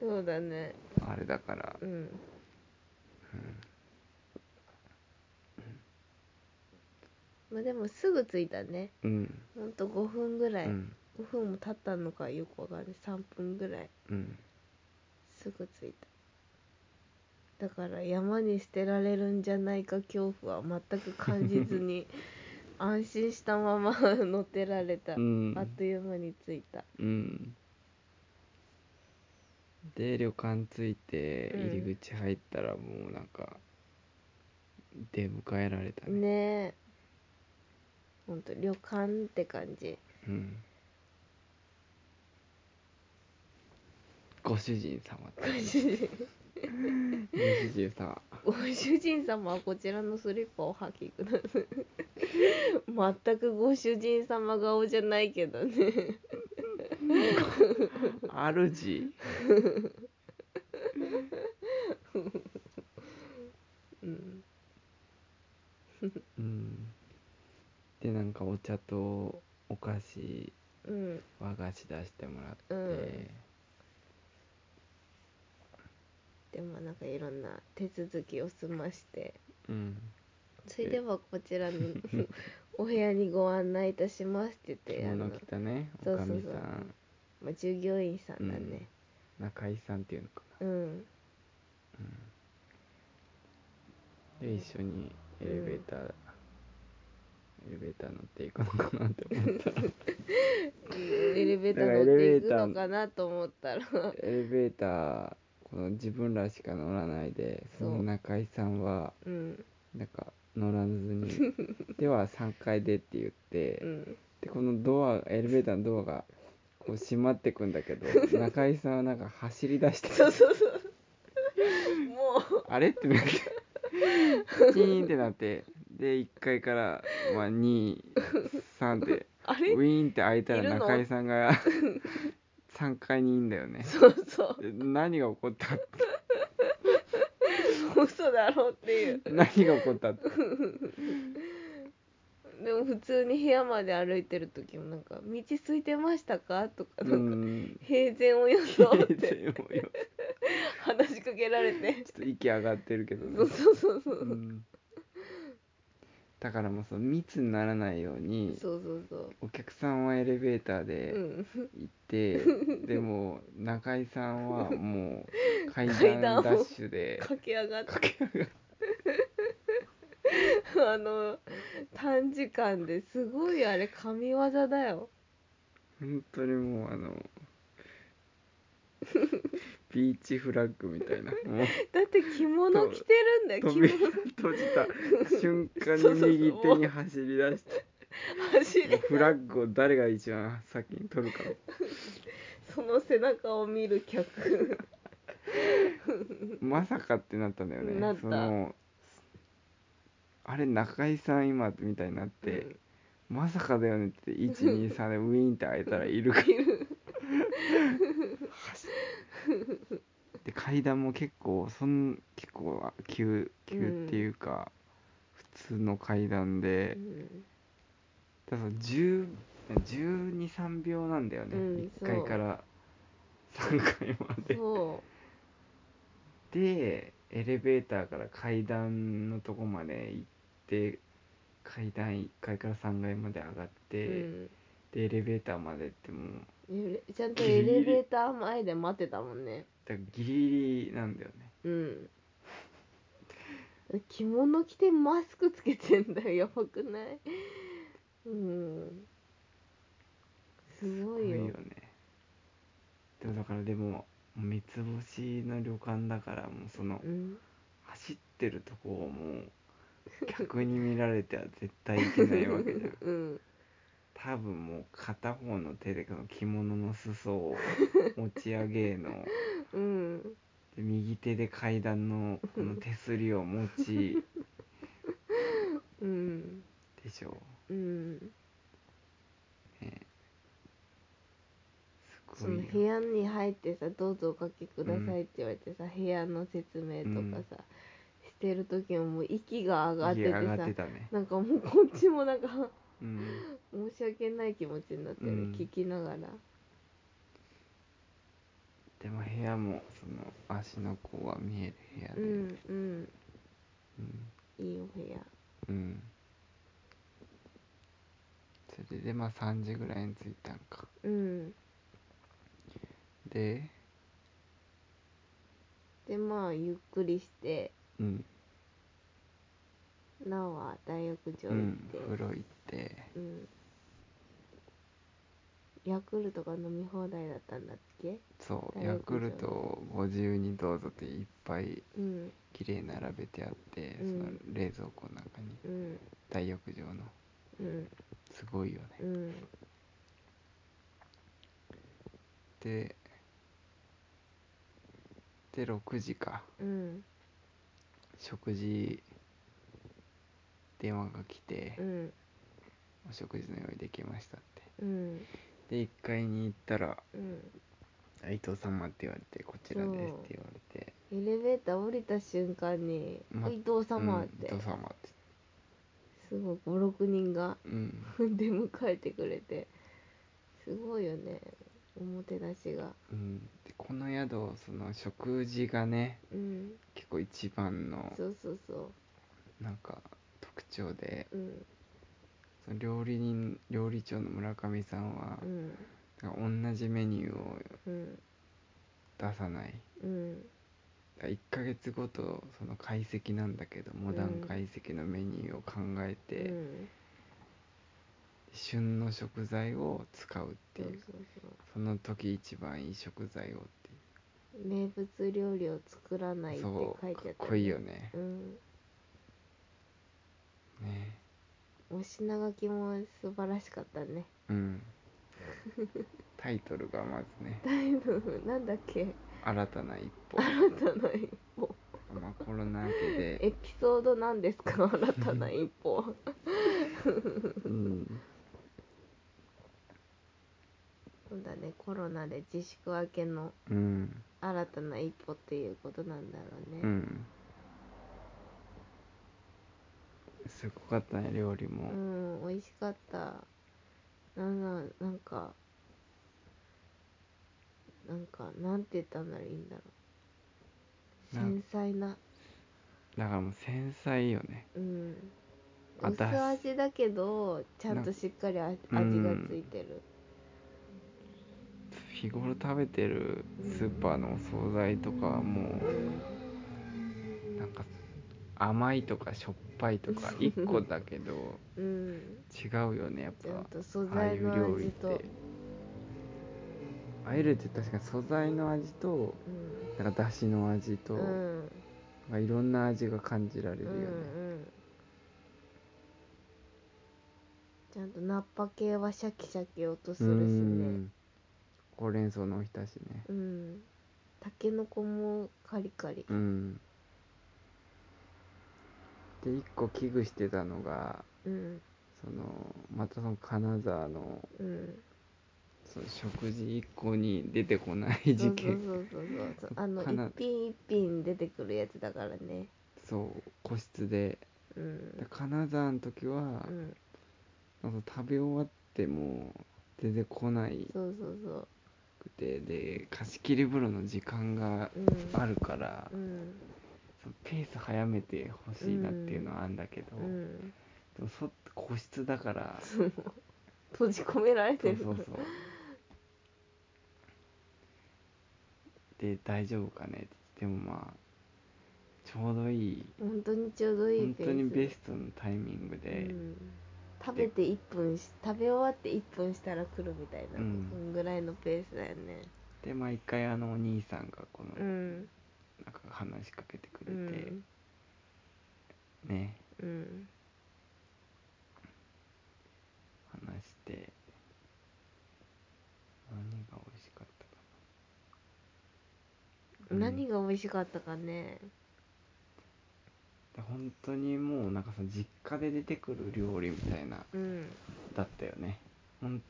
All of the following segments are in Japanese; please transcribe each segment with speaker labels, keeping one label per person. Speaker 1: そうだね
Speaker 2: あれだから
Speaker 1: うんまあでもすぐ着いたね
Speaker 2: うん
Speaker 1: ほんと5分ぐら
Speaker 2: う
Speaker 1: い、
Speaker 2: ん
Speaker 1: 5分も経ったのかよくわかんない3分ぐらい
Speaker 2: うん
Speaker 1: すぐ着いただから山に捨てられるんじゃないか恐怖は全く感じ ずに安心したまま乗ってられた、
Speaker 2: うん
Speaker 1: あっという間に着いた
Speaker 2: うんで旅館着いて
Speaker 1: うん
Speaker 2: 入り口入ったらもうなんか出迎えられたね
Speaker 1: ねえほんと旅館って感じ
Speaker 2: うんご主人様
Speaker 1: ご主人
Speaker 2: ご主人様
Speaker 1: ご主人様はこちらのスリッパをお履きください全くご主人様顔じゃないけどね
Speaker 2: 主
Speaker 1: うん
Speaker 2: うんでなんかお茶とお菓子
Speaker 1: うん
Speaker 2: 和菓子出してもらって、
Speaker 1: うんでもなんかいろんな手続きを済まして
Speaker 2: うん
Speaker 1: それではこ ちらのお部屋にご案内いたしますって言ってあの
Speaker 2: 物、着たね
Speaker 1: そ
Speaker 2: お
Speaker 1: う
Speaker 2: か
Speaker 1: そうそう
Speaker 2: みさん
Speaker 1: まあ、従業員さんだね
Speaker 2: 中井さんっていうのか
Speaker 1: うん
Speaker 2: なで一緒にエレベーター、エレベーター乗っていくのかなって思ったら
Speaker 1: エレベーター乗っていくのかなと思ったら
Speaker 2: エレベーターこの自分らしか乗らないでそ
Speaker 1: そう
Speaker 2: の中井さんは
Speaker 1: うん
Speaker 2: なんか乗らず にでは3階でって言って、
Speaker 1: うん
Speaker 2: でこのドアエレベーターのドアがこう閉まってくんだけど 中井さんはなんか走り出して
Speaker 1: そうそうそうもう
Speaker 2: あれって なってキーンってなってで1階から、まあ、23で
Speaker 1: あ
Speaker 2: ウ
Speaker 1: れ
Speaker 2: ィーンって開いた
Speaker 1: いる
Speaker 2: ら
Speaker 1: の
Speaker 2: 中井さんが 3階にいんだよね
Speaker 1: そうそう
Speaker 2: で何が起こった
Speaker 1: 嘘だろっていう
Speaker 2: 何が起こ ったって
Speaker 1: でも普通に部屋まで歩いてる時もなんか「道空いてましたか?」とか
Speaker 2: う
Speaker 1: なんか
Speaker 2: ん
Speaker 1: 平然を
Speaker 2: ちょ
Speaker 1: 装
Speaker 2: っ
Speaker 1: って
Speaker 2: と
Speaker 1: 話しかけられて
Speaker 2: 息上がってるけど
Speaker 1: そう
Speaker 2: ね
Speaker 1: そうそうそううん
Speaker 2: だからもうその密にならないように
Speaker 1: そうそうそう
Speaker 2: お客さんはエレベーター
Speaker 1: う
Speaker 2: で
Speaker 1: ん
Speaker 2: 行って、 でも中井さんはもう階
Speaker 1: 階段を
Speaker 2: 段ダッシュで
Speaker 1: 駆け上がって あの短時間ですごいあれ神業だよ
Speaker 2: 本当にもうあのビーチフラッグみた いなもう
Speaker 1: だって着物着てるんだよ着
Speaker 2: 扉
Speaker 1: 物
Speaker 2: 閉じた瞬間
Speaker 1: そうそう
Speaker 2: に
Speaker 1: そ
Speaker 2: 右手
Speaker 1: う
Speaker 2: に走り出して
Speaker 1: 走
Speaker 2: もう
Speaker 1: れ
Speaker 2: フラッグを誰が一番先に取るか
Speaker 1: その背中を見る客
Speaker 2: まさかってなったんだよね
Speaker 1: なった
Speaker 2: そのあれ中井さん今みたいになって、まさかだよねって123でウィーンって開いたらい るからで階段も結構そん結構あ急急っていうか、普通の階段
Speaker 1: う
Speaker 2: で
Speaker 1: ん
Speaker 2: ただ1 2 3秒なんだよね、
Speaker 1: うん
Speaker 2: 1階から3階まで
Speaker 1: そ
Speaker 2: でエレベーターから階段のとこまで行って階段1階から3階まで上がっ
Speaker 1: う、
Speaker 2: て、
Speaker 1: うん
Speaker 2: でエレベーターまでってもう
Speaker 1: ゆれちゃんとエレベーター前で待ってたもんね
Speaker 2: だからギリギリなんだよね
Speaker 1: うん着物着てマスクつけてんだよやばくないうんすご
Speaker 2: すご
Speaker 1: い
Speaker 2: い
Speaker 1: よ
Speaker 2: よねでもだからでも三つ星の旅館だからもうその
Speaker 1: うん
Speaker 2: 走ってるとこをもう客に見られては絶対いけないわ けじゃん
Speaker 1: うん
Speaker 2: 多分もう片方の手でこの着物の裾を持ち上げの
Speaker 1: うん
Speaker 2: で右手で階段のこの手すりを持 ち
Speaker 1: うん
Speaker 2: でしょ
Speaker 1: うん
Speaker 2: す
Speaker 1: そ
Speaker 2: ごい
Speaker 1: の
Speaker 2: よ
Speaker 1: 部屋に入ってさ「どうぞおかけください」って言われてさ、部屋の説明とかさ、してる時ももう息が上がって
Speaker 2: 息
Speaker 1: て
Speaker 2: 上が
Speaker 1: さ
Speaker 2: ってたね
Speaker 1: なんかもうこっちもなんか
Speaker 2: うん
Speaker 1: 申し訳ない気持ちになってる、
Speaker 2: うん
Speaker 1: 聞きながら
Speaker 2: でも部部屋もその足の甲が見える部屋で
Speaker 1: う、んうん
Speaker 2: うん
Speaker 1: いいお部屋
Speaker 2: うんそれでまあ3時ぐらいに着いたんか
Speaker 1: うん
Speaker 2: で
Speaker 1: でまあゆっくりして
Speaker 2: うん、
Speaker 1: なおは大浴場
Speaker 2: う
Speaker 1: 行っ
Speaker 2: ん
Speaker 1: て、、
Speaker 2: 風呂行って
Speaker 1: うんヤクルトが飲み放題だったんだっけ
Speaker 2: そう
Speaker 1: 大
Speaker 2: ヤ
Speaker 1: 浴場
Speaker 2: クルトをご自由にどうぞっていっぱい
Speaker 1: うん
Speaker 2: 綺麗に並べてあって、
Speaker 1: うん
Speaker 2: その冷蔵庫の中に
Speaker 1: うん
Speaker 2: 大浴場の
Speaker 1: うん
Speaker 2: すごいよね、
Speaker 1: うん
Speaker 2: でで6時か
Speaker 1: うん
Speaker 2: 食事電話が来て、
Speaker 1: うん
Speaker 2: お食事の用意できましたって
Speaker 1: うん
Speaker 2: で1階に行ったら
Speaker 1: うん
Speaker 2: 「伊藤様」って言われて「こちらです」って言われて
Speaker 1: エレベーター降りた瞬間に「
Speaker 2: ま
Speaker 1: お伊藤
Speaker 2: 「
Speaker 1: 様」
Speaker 2: うん
Speaker 1: っ
Speaker 2: 伊
Speaker 1: て、
Speaker 2: 藤様」って
Speaker 1: すごい56人が
Speaker 2: うん
Speaker 1: 出迎えてくれてすごいよねおもてなしが
Speaker 2: うんでこの宿その食事がね
Speaker 1: うん
Speaker 2: 結構一番の
Speaker 1: そうそうそ
Speaker 2: なんか特徴で
Speaker 1: ううん
Speaker 2: その料理人料理長の村上さんは
Speaker 1: う、ん
Speaker 2: だから同じメニューを
Speaker 1: うん
Speaker 2: 出さない
Speaker 1: うん
Speaker 2: だ1ヶ月ごとその解析なんだけどモダン
Speaker 1: うん
Speaker 2: 解析のメニューを考えて、
Speaker 1: うん
Speaker 2: 旬の食材を使うって
Speaker 1: そ
Speaker 2: いうう
Speaker 1: そうそう
Speaker 2: その時一番いい食材をっていう
Speaker 1: 名物料理を作らないって
Speaker 2: そ
Speaker 1: 書
Speaker 2: う
Speaker 1: いて
Speaker 2: か
Speaker 1: あ
Speaker 2: っ
Speaker 1: った
Speaker 2: こいいよね
Speaker 1: う、ん
Speaker 2: ね
Speaker 1: お品書きも素晴らしかったね
Speaker 2: うんタイトルがまずね
Speaker 1: なんだっけ
Speaker 2: 「新たな一歩」
Speaker 1: 新たな一歩
Speaker 2: まあ、コロナ明けで、
Speaker 1: エピソードなんですか新たな一 歩
Speaker 2: うん、
Speaker 1: そうだねコロナで自粛明けの
Speaker 2: うん
Speaker 1: 新たな一歩っていうことなんだろうね
Speaker 2: うんすごかったね料理も、
Speaker 1: うん、美味しかったなんなんなんかなんかなんて言ったんだらいいんだろう
Speaker 2: なん
Speaker 1: 繊細な
Speaker 2: だからもう繊細よね
Speaker 1: うん
Speaker 2: あ
Speaker 1: 薄
Speaker 2: だ
Speaker 1: 味だけどちゃんとしっかりあ味
Speaker 2: な
Speaker 1: が
Speaker 2: うん
Speaker 1: ついてる
Speaker 2: 日頃食べてるスーパーのお惣菜とかはもうなんか甘いとかしょっぱいとか1個だけど
Speaker 1: うん、
Speaker 2: 違うよねやっ
Speaker 1: ちゃん
Speaker 2: ぱ
Speaker 1: と素
Speaker 2: ああ
Speaker 1: 材
Speaker 2: いう
Speaker 1: の
Speaker 2: 料理
Speaker 1: 味
Speaker 2: っ
Speaker 1: と
Speaker 2: てあえるって確かに素材の味となんかだしの味
Speaker 1: う
Speaker 2: と、
Speaker 1: ん、うん
Speaker 2: まあ、いろんな味が感じられる
Speaker 1: う
Speaker 2: よ
Speaker 1: ん
Speaker 2: ね、
Speaker 1: うんちゃんとナッパ系はシャキシャキ音するしね
Speaker 2: うんほうれん草のおひたしね
Speaker 1: うんたけのこもカリカリ
Speaker 2: うんで一個危惧してたのが
Speaker 1: うん
Speaker 2: そのまたその金沢の
Speaker 1: うん
Speaker 2: その食事一個に出てこない事
Speaker 1: そうそう
Speaker 2: 件
Speaker 1: そうそうそうあの
Speaker 2: かな
Speaker 1: 一品一品出てくるやつだからね
Speaker 2: そう個室で
Speaker 1: う
Speaker 2: で
Speaker 1: ん
Speaker 2: 金沢の時は
Speaker 1: う、ん
Speaker 2: なんか食べ終わっても出てこない
Speaker 1: そうそうそう
Speaker 2: くてで貸し切り風呂の時間が
Speaker 1: うん
Speaker 2: あるから、
Speaker 1: うん
Speaker 2: そのペース早めてほしいなっていうのはあるんだけど、
Speaker 1: うん
Speaker 2: でもそ個室だから
Speaker 1: 閉じ込められ
Speaker 2: そ
Speaker 1: て
Speaker 2: う
Speaker 1: る
Speaker 2: そうそうで大丈夫かねって言ってもまあちょうどいい
Speaker 1: 本当にちょうどい
Speaker 2: 本
Speaker 1: いペース
Speaker 2: 当にベストのタイミングで
Speaker 1: う、ん食べて1分し食べ終わって1分したら来るみたいな、
Speaker 2: うん
Speaker 1: そんぐらいのペースだよね
Speaker 2: で毎回あのお兄さんがこの、
Speaker 1: うん
Speaker 2: なんか話しかけてく
Speaker 1: う
Speaker 2: れて、
Speaker 1: ん
Speaker 2: ね
Speaker 1: うん
Speaker 2: 話して何が美味しかったかうん
Speaker 1: 何が美味しかったかね
Speaker 2: なで本当にもうなんかその実家で出てくる料理みたいな
Speaker 1: うん
Speaker 2: だったよねほん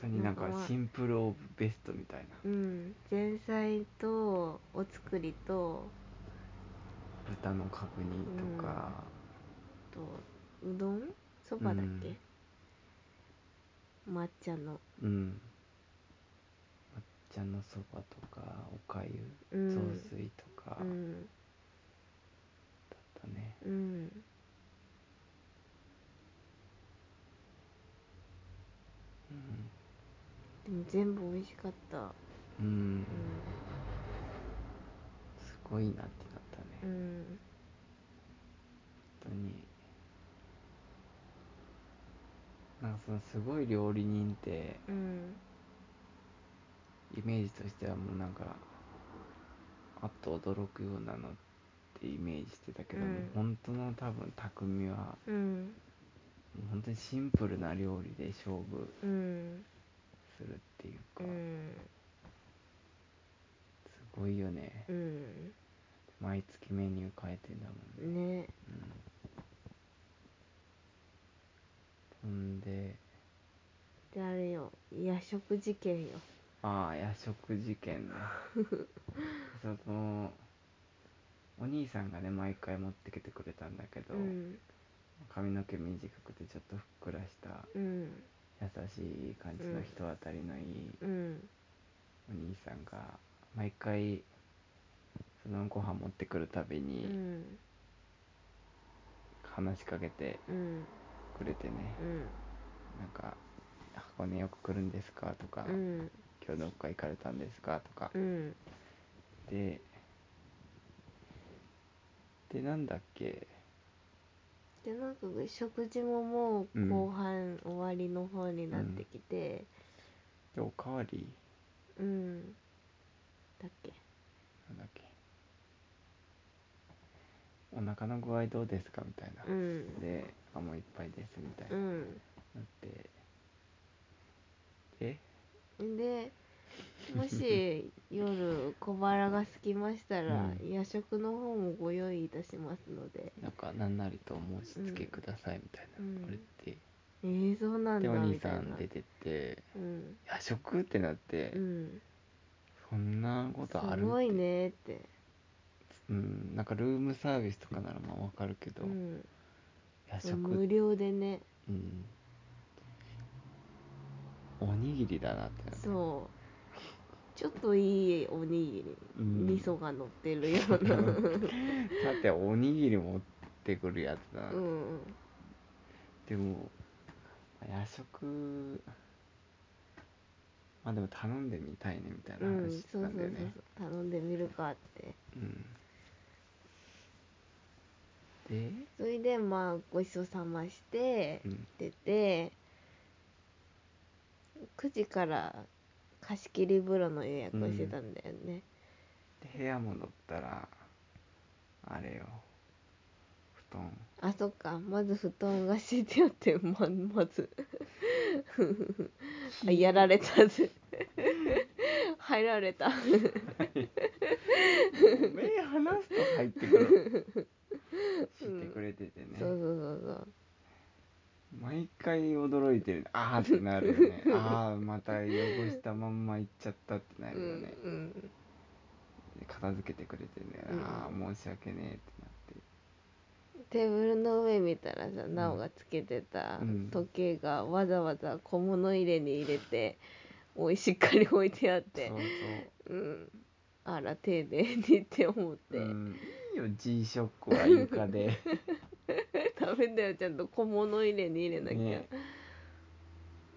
Speaker 2: 本当になんか
Speaker 1: なんかまあ
Speaker 2: シンプルオブベストみたいな
Speaker 1: うん前菜とお作りと
Speaker 2: 豚の角煮とか、
Speaker 1: とうどんそばだっけ、抹茶の
Speaker 2: うん抹茶のそばとかおかゆ
Speaker 1: う
Speaker 2: 雑
Speaker 1: ん
Speaker 2: 炊とかだ
Speaker 1: う
Speaker 2: っ
Speaker 1: ん
Speaker 2: たね、
Speaker 1: うんでも全部美味しかった
Speaker 2: うん
Speaker 1: う
Speaker 2: すごいなってなったね、
Speaker 1: んう
Speaker 2: 本
Speaker 1: ん
Speaker 2: 当になんかそのすごい料理人って
Speaker 1: うん
Speaker 2: イメージとしてはもうなんかあっと驚くようなのってイメージしてたけども、
Speaker 1: うん
Speaker 2: 本当の多分匠はも
Speaker 1: うん
Speaker 2: う本当にシンプルな料理で勝負
Speaker 1: うん
Speaker 2: するっていう
Speaker 1: う
Speaker 2: か、
Speaker 1: ん
Speaker 2: すごいよね、
Speaker 1: うん
Speaker 2: 毎月メニュー変えてんだもんね
Speaker 1: ね
Speaker 2: ほんで
Speaker 1: であれよ夜食事件よ
Speaker 2: ああ夜食事 件ねそのお兄さんがね毎回持ってきてくれたんだけど、
Speaker 1: うん
Speaker 2: 髪の毛短くてちょっとふっくらした
Speaker 1: うん
Speaker 2: 優しい感じの人当たりのいい
Speaker 1: うん
Speaker 2: お兄さんが毎回そのご飯持ってくるたび
Speaker 1: う
Speaker 2: に
Speaker 1: ん
Speaker 2: 話しかけて
Speaker 1: うん
Speaker 2: くれてね、
Speaker 1: うん
Speaker 2: なんか「箱根よく来るんですか?」とか、
Speaker 1: うん
Speaker 2: 今日どっか行かれたんですか?」とか、
Speaker 1: うん
Speaker 2: ででなんだっけ
Speaker 1: でなんか食事ももう後半終わりの方になってきて
Speaker 2: でおかわり
Speaker 1: うん、だっけ
Speaker 2: なんだっけお腹の具合どうですかみたいな、
Speaker 1: うん
Speaker 2: であもういっぱいですみたいうな、
Speaker 1: ん
Speaker 2: なってで
Speaker 1: でもし夜小腹が空きましたら、
Speaker 2: うん
Speaker 1: 夜食の方もご用意いたしますので
Speaker 2: なんか何なりとお申し付けくださいみたいな、
Speaker 1: うん
Speaker 2: あれって
Speaker 1: えー、そうなん
Speaker 2: で
Speaker 1: だ
Speaker 2: お兄
Speaker 1: みたい
Speaker 2: さ
Speaker 1: なん
Speaker 2: 出てって
Speaker 1: うん
Speaker 2: 「夜食?」ってなって、
Speaker 1: うん
Speaker 2: そんなことある
Speaker 1: すごいねって
Speaker 2: うん、なんかルームサービスとかならまあわかるけど、
Speaker 1: うん
Speaker 2: 夜
Speaker 1: 無
Speaker 2: 食
Speaker 1: 料でね
Speaker 2: うんおにぎりだなってなって
Speaker 1: そうちょっといいおにぎり、
Speaker 2: うん
Speaker 1: 味噌が乗ってるよう な
Speaker 2: だっておにぎり持ってくるやつだな、
Speaker 1: うん
Speaker 2: でも夜食まあでも頼んでみたいねみたいな
Speaker 1: うん
Speaker 2: 話
Speaker 1: そう
Speaker 2: して
Speaker 1: そう
Speaker 2: た
Speaker 1: そうん
Speaker 2: だよね
Speaker 1: そう頼んでみるかって
Speaker 2: うんで
Speaker 1: それでまあごちそうさまして
Speaker 2: うん
Speaker 1: 出て9時から貸し切り風呂の予約をしてたんだよね、
Speaker 2: で部屋戻ったらあれよ布 団
Speaker 1: あそっかまず布団が敷いてあってまま ずあやられた ぜ入られた
Speaker 2: 目離すと入ってくる 知ってくれててね、
Speaker 1: そうそうそう
Speaker 2: 毎回驚いてるああってなるよ ねああまた汚したまんま行っちゃったってな
Speaker 1: そう、
Speaker 2: るよね、
Speaker 1: うんうん
Speaker 2: で片付けてくれてね、
Speaker 1: うん
Speaker 2: ああ申し訳ねえって
Speaker 1: テーブルの上見たらさ奈緒がつけてた
Speaker 2: うん
Speaker 1: 時計がわざわざ小物入れに入れておいしっかり置いてあ
Speaker 2: な
Speaker 1: っ
Speaker 2: って
Speaker 1: て
Speaker 2: そう
Speaker 1: うんあら丁寧にって思って、
Speaker 2: そう、うん、いいよ G ショックは床で
Speaker 1: ダメだよちゃんと小物入れに入れ なきゃ、
Speaker 2: ね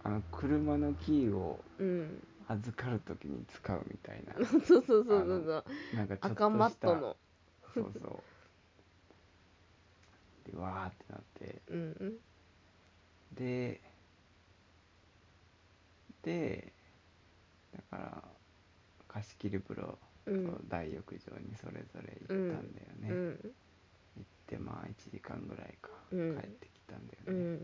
Speaker 2: あの車のキーを
Speaker 1: うん
Speaker 2: 預かるときに使うみた いな
Speaker 1: そうそうそうそうそう
Speaker 2: なんかちょっとした
Speaker 1: 赤マットの
Speaker 2: そうそうでわーってなって
Speaker 1: うん
Speaker 2: ででだから貸し切り風呂
Speaker 1: うんうん
Speaker 2: と大浴場にそれぞれ行ったんだよね、
Speaker 1: う
Speaker 2: 行
Speaker 1: ん
Speaker 2: ってまあ1時間ぐらいか
Speaker 1: うん
Speaker 2: 帰ってきたんだ
Speaker 1: う
Speaker 2: よね、
Speaker 1: ん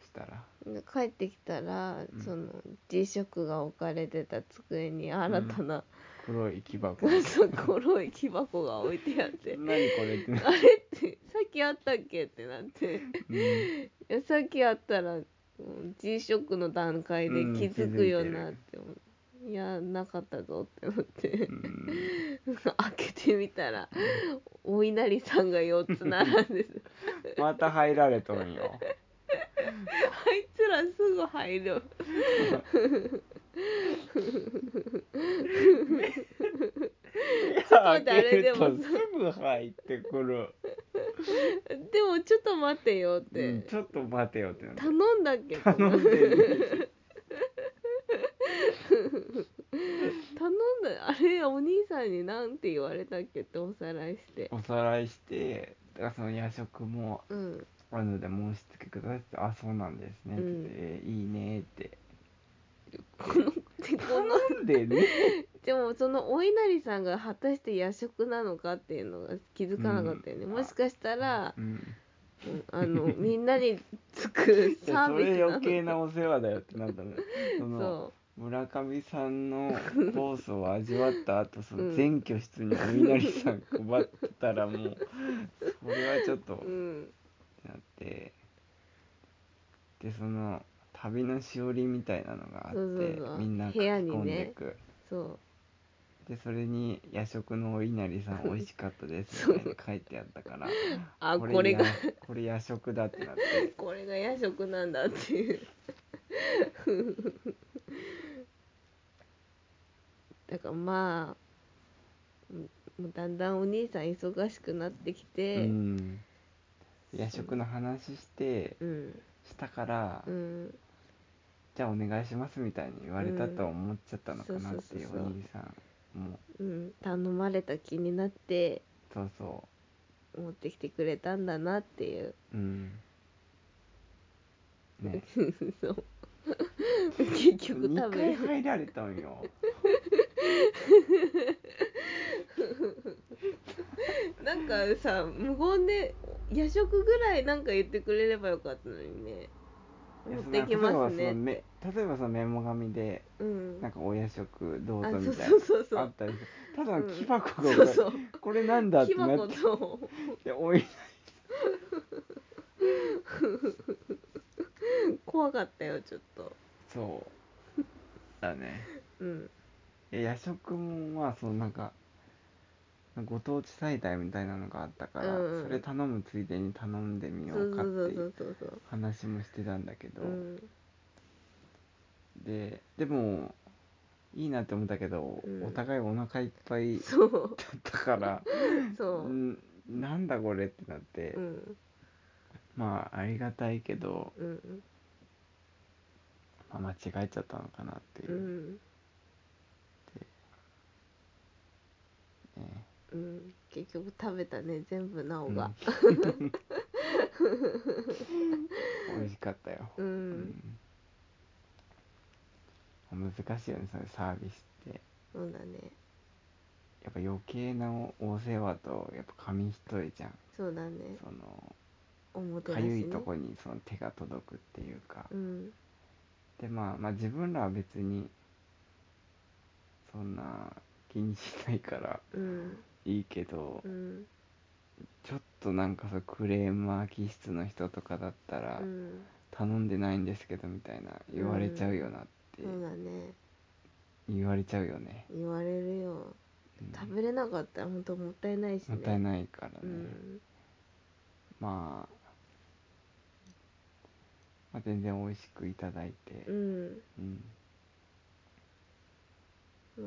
Speaker 2: したら
Speaker 1: で帰ってきたら、
Speaker 2: うん
Speaker 1: その G ショックが置かれてた机に新たな、
Speaker 2: 黒い木箱
Speaker 1: そう黒い木箱が置いてあって
Speaker 2: 何これってな
Speaker 1: あれってさっきあったっけってなってい
Speaker 2: う ん
Speaker 1: やさっきあったらもう G ショックの段階で気づくよなって思う、いやなかったぞって思って
Speaker 2: うん
Speaker 1: 開けてみたらお稲荷さんが4つ並ん でて
Speaker 2: また入られとんよ
Speaker 1: あいつらすぐ入ると誰でも
Speaker 2: 開けるとすぐ入ってくる、
Speaker 1: でもちょっと待てよっ
Speaker 2: うん
Speaker 1: て、
Speaker 2: ちょっと待てよってなって
Speaker 1: 頼んだっけど
Speaker 2: 頼んでる
Speaker 1: 頼んだあれお兄さんになんて言われたっけっておさらいして
Speaker 2: おさらいしてだからその夜食も
Speaker 1: うん
Speaker 2: あるので申し付けくださいって「あそうなんですね」って言ってえーいいね」って
Speaker 1: でこ の
Speaker 2: 頼んでね
Speaker 1: でもそのお稲荷さんが果たして夜食なのかっていうのが気づかなかったよね、
Speaker 2: うん
Speaker 1: もしかしたら、
Speaker 2: うん
Speaker 1: うん あのみんなにつく
Speaker 2: い
Speaker 1: サ
Speaker 2: や
Speaker 1: ー
Speaker 2: そ
Speaker 1: ビス
Speaker 2: れ
Speaker 1: なの
Speaker 2: 余計なお世話だよってな ったのよその
Speaker 1: そ
Speaker 2: 村上さんのコースを味わった後そうの
Speaker 1: ん
Speaker 2: 全居室にお稲荷さん配ってたらもう それはちょっとっ
Speaker 1: ううん
Speaker 2: てなってでその旅のしおりみたいなのがあって
Speaker 1: そうそうそう
Speaker 2: みんな
Speaker 1: 部屋
Speaker 2: 駆け込
Speaker 1: にね
Speaker 2: んでいく、
Speaker 1: そう
Speaker 2: でそれに「夜食のお稲荷さ ん美味しかったです」みたいに書いてあったから
Speaker 1: あこれ
Speaker 2: や
Speaker 1: が
Speaker 2: これ夜食だってな って
Speaker 1: これが夜食なんだっていう だからまあもうだんだんお兄さん忙しくなってきて
Speaker 2: うん夜食の話して
Speaker 1: うん
Speaker 2: したから、
Speaker 1: うん
Speaker 2: じゃあお願いしますみたいに言われたとは思っちゃったのかなっていう
Speaker 1: うんそうそうそうそう
Speaker 2: お兄さんも
Speaker 1: うん、頼まれた気になって
Speaker 2: そうそ
Speaker 1: 持ってきてくれたんだなっていう
Speaker 2: ううんね
Speaker 1: そう 結局
Speaker 2: 2
Speaker 1: 食べ
Speaker 2: 回
Speaker 1: る
Speaker 2: 入られたんよ
Speaker 1: なんかさ無言で夜食ぐらいなんか言ってくれればよかったのにね
Speaker 2: いやそ
Speaker 1: 持っ
Speaker 2: の
Speaker 1: てきます
Speaker 2: 例えばその
Speaker 1: ね
Speaker 2: め例えばそのメモ紙で
Speaker 1: うん
Speaker 2: なんかお夜食どうぞ
Speaker 1: あそ
Speaker 2: み
Speaker 1: う
Speaker 2: たい
Speaker 1: そうそうそ
Speaker 2: なあ
Speaker 1: う
Speaker 2: ったりするただ
Speaker 1: うん
Speaker 2: 木箱が、
Speaker 1: そうそう
Speaker 2: これなんだって
Speaker 1: 木
Speaker 2: な
Speaker 1: 箱
Speaker 2: っ
Speaker 1: と
Speaker 2: ておい
Speaker 1: 怖かったよちょっと
Speaker 2: そうだね
Speaker 1: うん
Speaker 2: いや夜食もまあそのなんかご当地祭代みたいなのがあったから、
Speaker 1: うんうん
Speaker 2: それ頼むついでに頼んでみよ
Speaker 1: そううそ
Speaker 2: かって
Speaker 1: う
Speaker 2: い
Speaker 1: そううそうそう
Speaker 2: 話もしてたんだけど、
Speaker 1: うん
Speaker 2: ででもいいなって思ったけど、
Speaker 1: うん
Speaker 2: お互いお腹いっぱいだ
Speaker 1: そう
Speaker 2: ったから
Speaker 1: そううん
Speaker 2: なんだこれってなって、
Speaker 1: うん
Speaker 2: まあありがたいけど、
Speaker 1: うん
Speaker 2: まあ、間違えちゃったのかなっていうう、
Speaker 1: ん
Speaker 2: ね
Speaker 1: うん結局食べたね全部なおが
Speaker 2: うん美味しかったよ、
Speaker 1: う
Speaker 2: うん難しいよねそのサービスって
Speaker 1: そうだね
Speaker 2: やっぱ余計なお世話とやっぱ紙一重じゃん
Speaker 1: そうだね
Speaker 2: その
Speaker 1: おもてな
Speaker 2: か
Speaker 1: し
Speaker 2: ゆ
Speaker 1: ね
Speaker 2: いとこにその手が届くっていうか、
Speaker 1: うん
Speaker 2: でまあまあ自分らは別にそんな気にしないから
Speaker 1: うん
Speaker 2: いいけど、
Speaker 1: うん
Speaker 2: ちょっとなんかそうクレーマー気質の人とかだったら、
Speaker 1: うん
Speaker 2: 頼んでないんですけどみたいな言われちゃうよなって、
Speaker 1: そうだね
Speaker 2: 言われちゃうよね、
Speaker 1: 言われるよ
Speaker 2: うん
Speaker 1: 食べれなかったら本当もったいないしね
Speaker 2: もったいないからね、
Speaker 1: うん
Speaker 2: まあ、まあ全然美味しくいただいて
Speaker 1: うん
Speaker 2: うん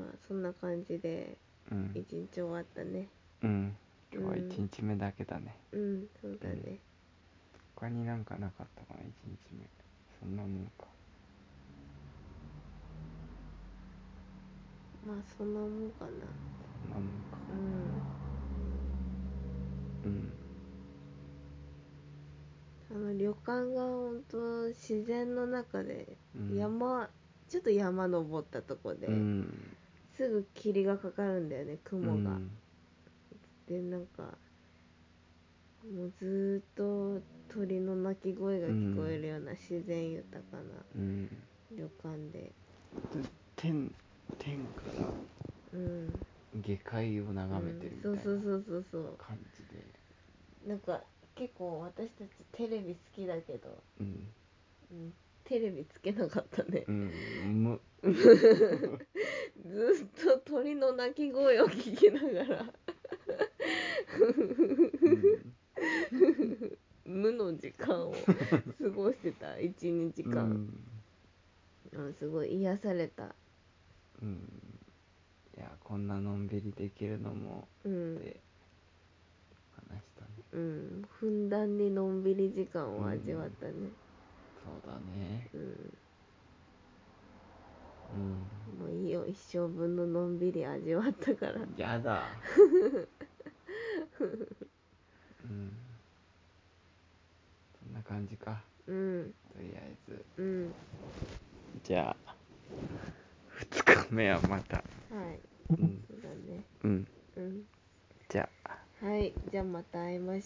Speaker 1: まあそんな感じで
Speaker 2: うん
Speaker 1: 一日終わったね
Speaker 2: うん今日は
Speaker 1: うん
Speaker 2: 1日目だけだね、
Speaker 1: うんそうだ
Speaker 2: う
Speaker 1: ね
Speaker 2: 他になんかなかったかな1日目そんなもんか
Speaker 1: まあそんなもん
Speaker 2: そ
Speaker 1: かな
Speaker 2: んなもんか
Speaker 1: うん
Speaker 2: うん
Speaker 1: あの旅館が本当自然の中で
Speaker 2: うん
Speaker 1: 山、ちょっと山登ったとこで、
Speaker 2: うん
Speaker 1: すぐ霧がかかるんだよね雲が、
Speaker 2: うん
Speaker 1: でなんかもうずーっと鳥の鳴き声が聞こえるような自然豊かな
Speaker 2: うん
Speaker 1: 旅館で
Speaker 2: 天天から
Speaker 1: うん
Speaker 2: 下界を眺めてるみたい
Speaker 1: うん
Speaker 2: な
Speaker 1: そうそうそうそうそ
Speaker 2: 感じで
Speaker 1: うなんか結構私たちテレビ好きだけど、
Speaker 2: うん
Speaker 1: うん、テレビつけなかったね
Speaker 2: うんむ
Speaker 1: ずっと鳥の鳴き声を聞きながら
Speaker 2: うん
Speaker 1: 無の時間を過ごしてた一日
Speaker 2: う
Speaker 1: 間、
Speaker 2: ん
Speaker 1: うんすごい癒された
Speaker 2: うんいやこんなのんびりできるのも
Speaker 1: う
Speaker 2: っ
Speaker 1: ん
Speaker 2: て話したね
Speaker 1: うんふんだんにのんびり時間を味わったね
Speaker 2: そうだね
Speaker 1: うん
Speaker 2: うん
Speaker 1: もういいよ一生分ののんびり味わったから
Speaker 2: や だうんそんな感じか
Speaker 1: うん
Speaker 2: とりあえず
Speaker 1: うん
Speaker 2: じゃあ2日目はまた
Speaker 1: はい
Speaker 2: うん
Speaker 1: そうだね
Speaker 2: うん
Speaker 1: うん
Speaker 2: じゃあ
Speaker 1: はいじゃあまた会いましょう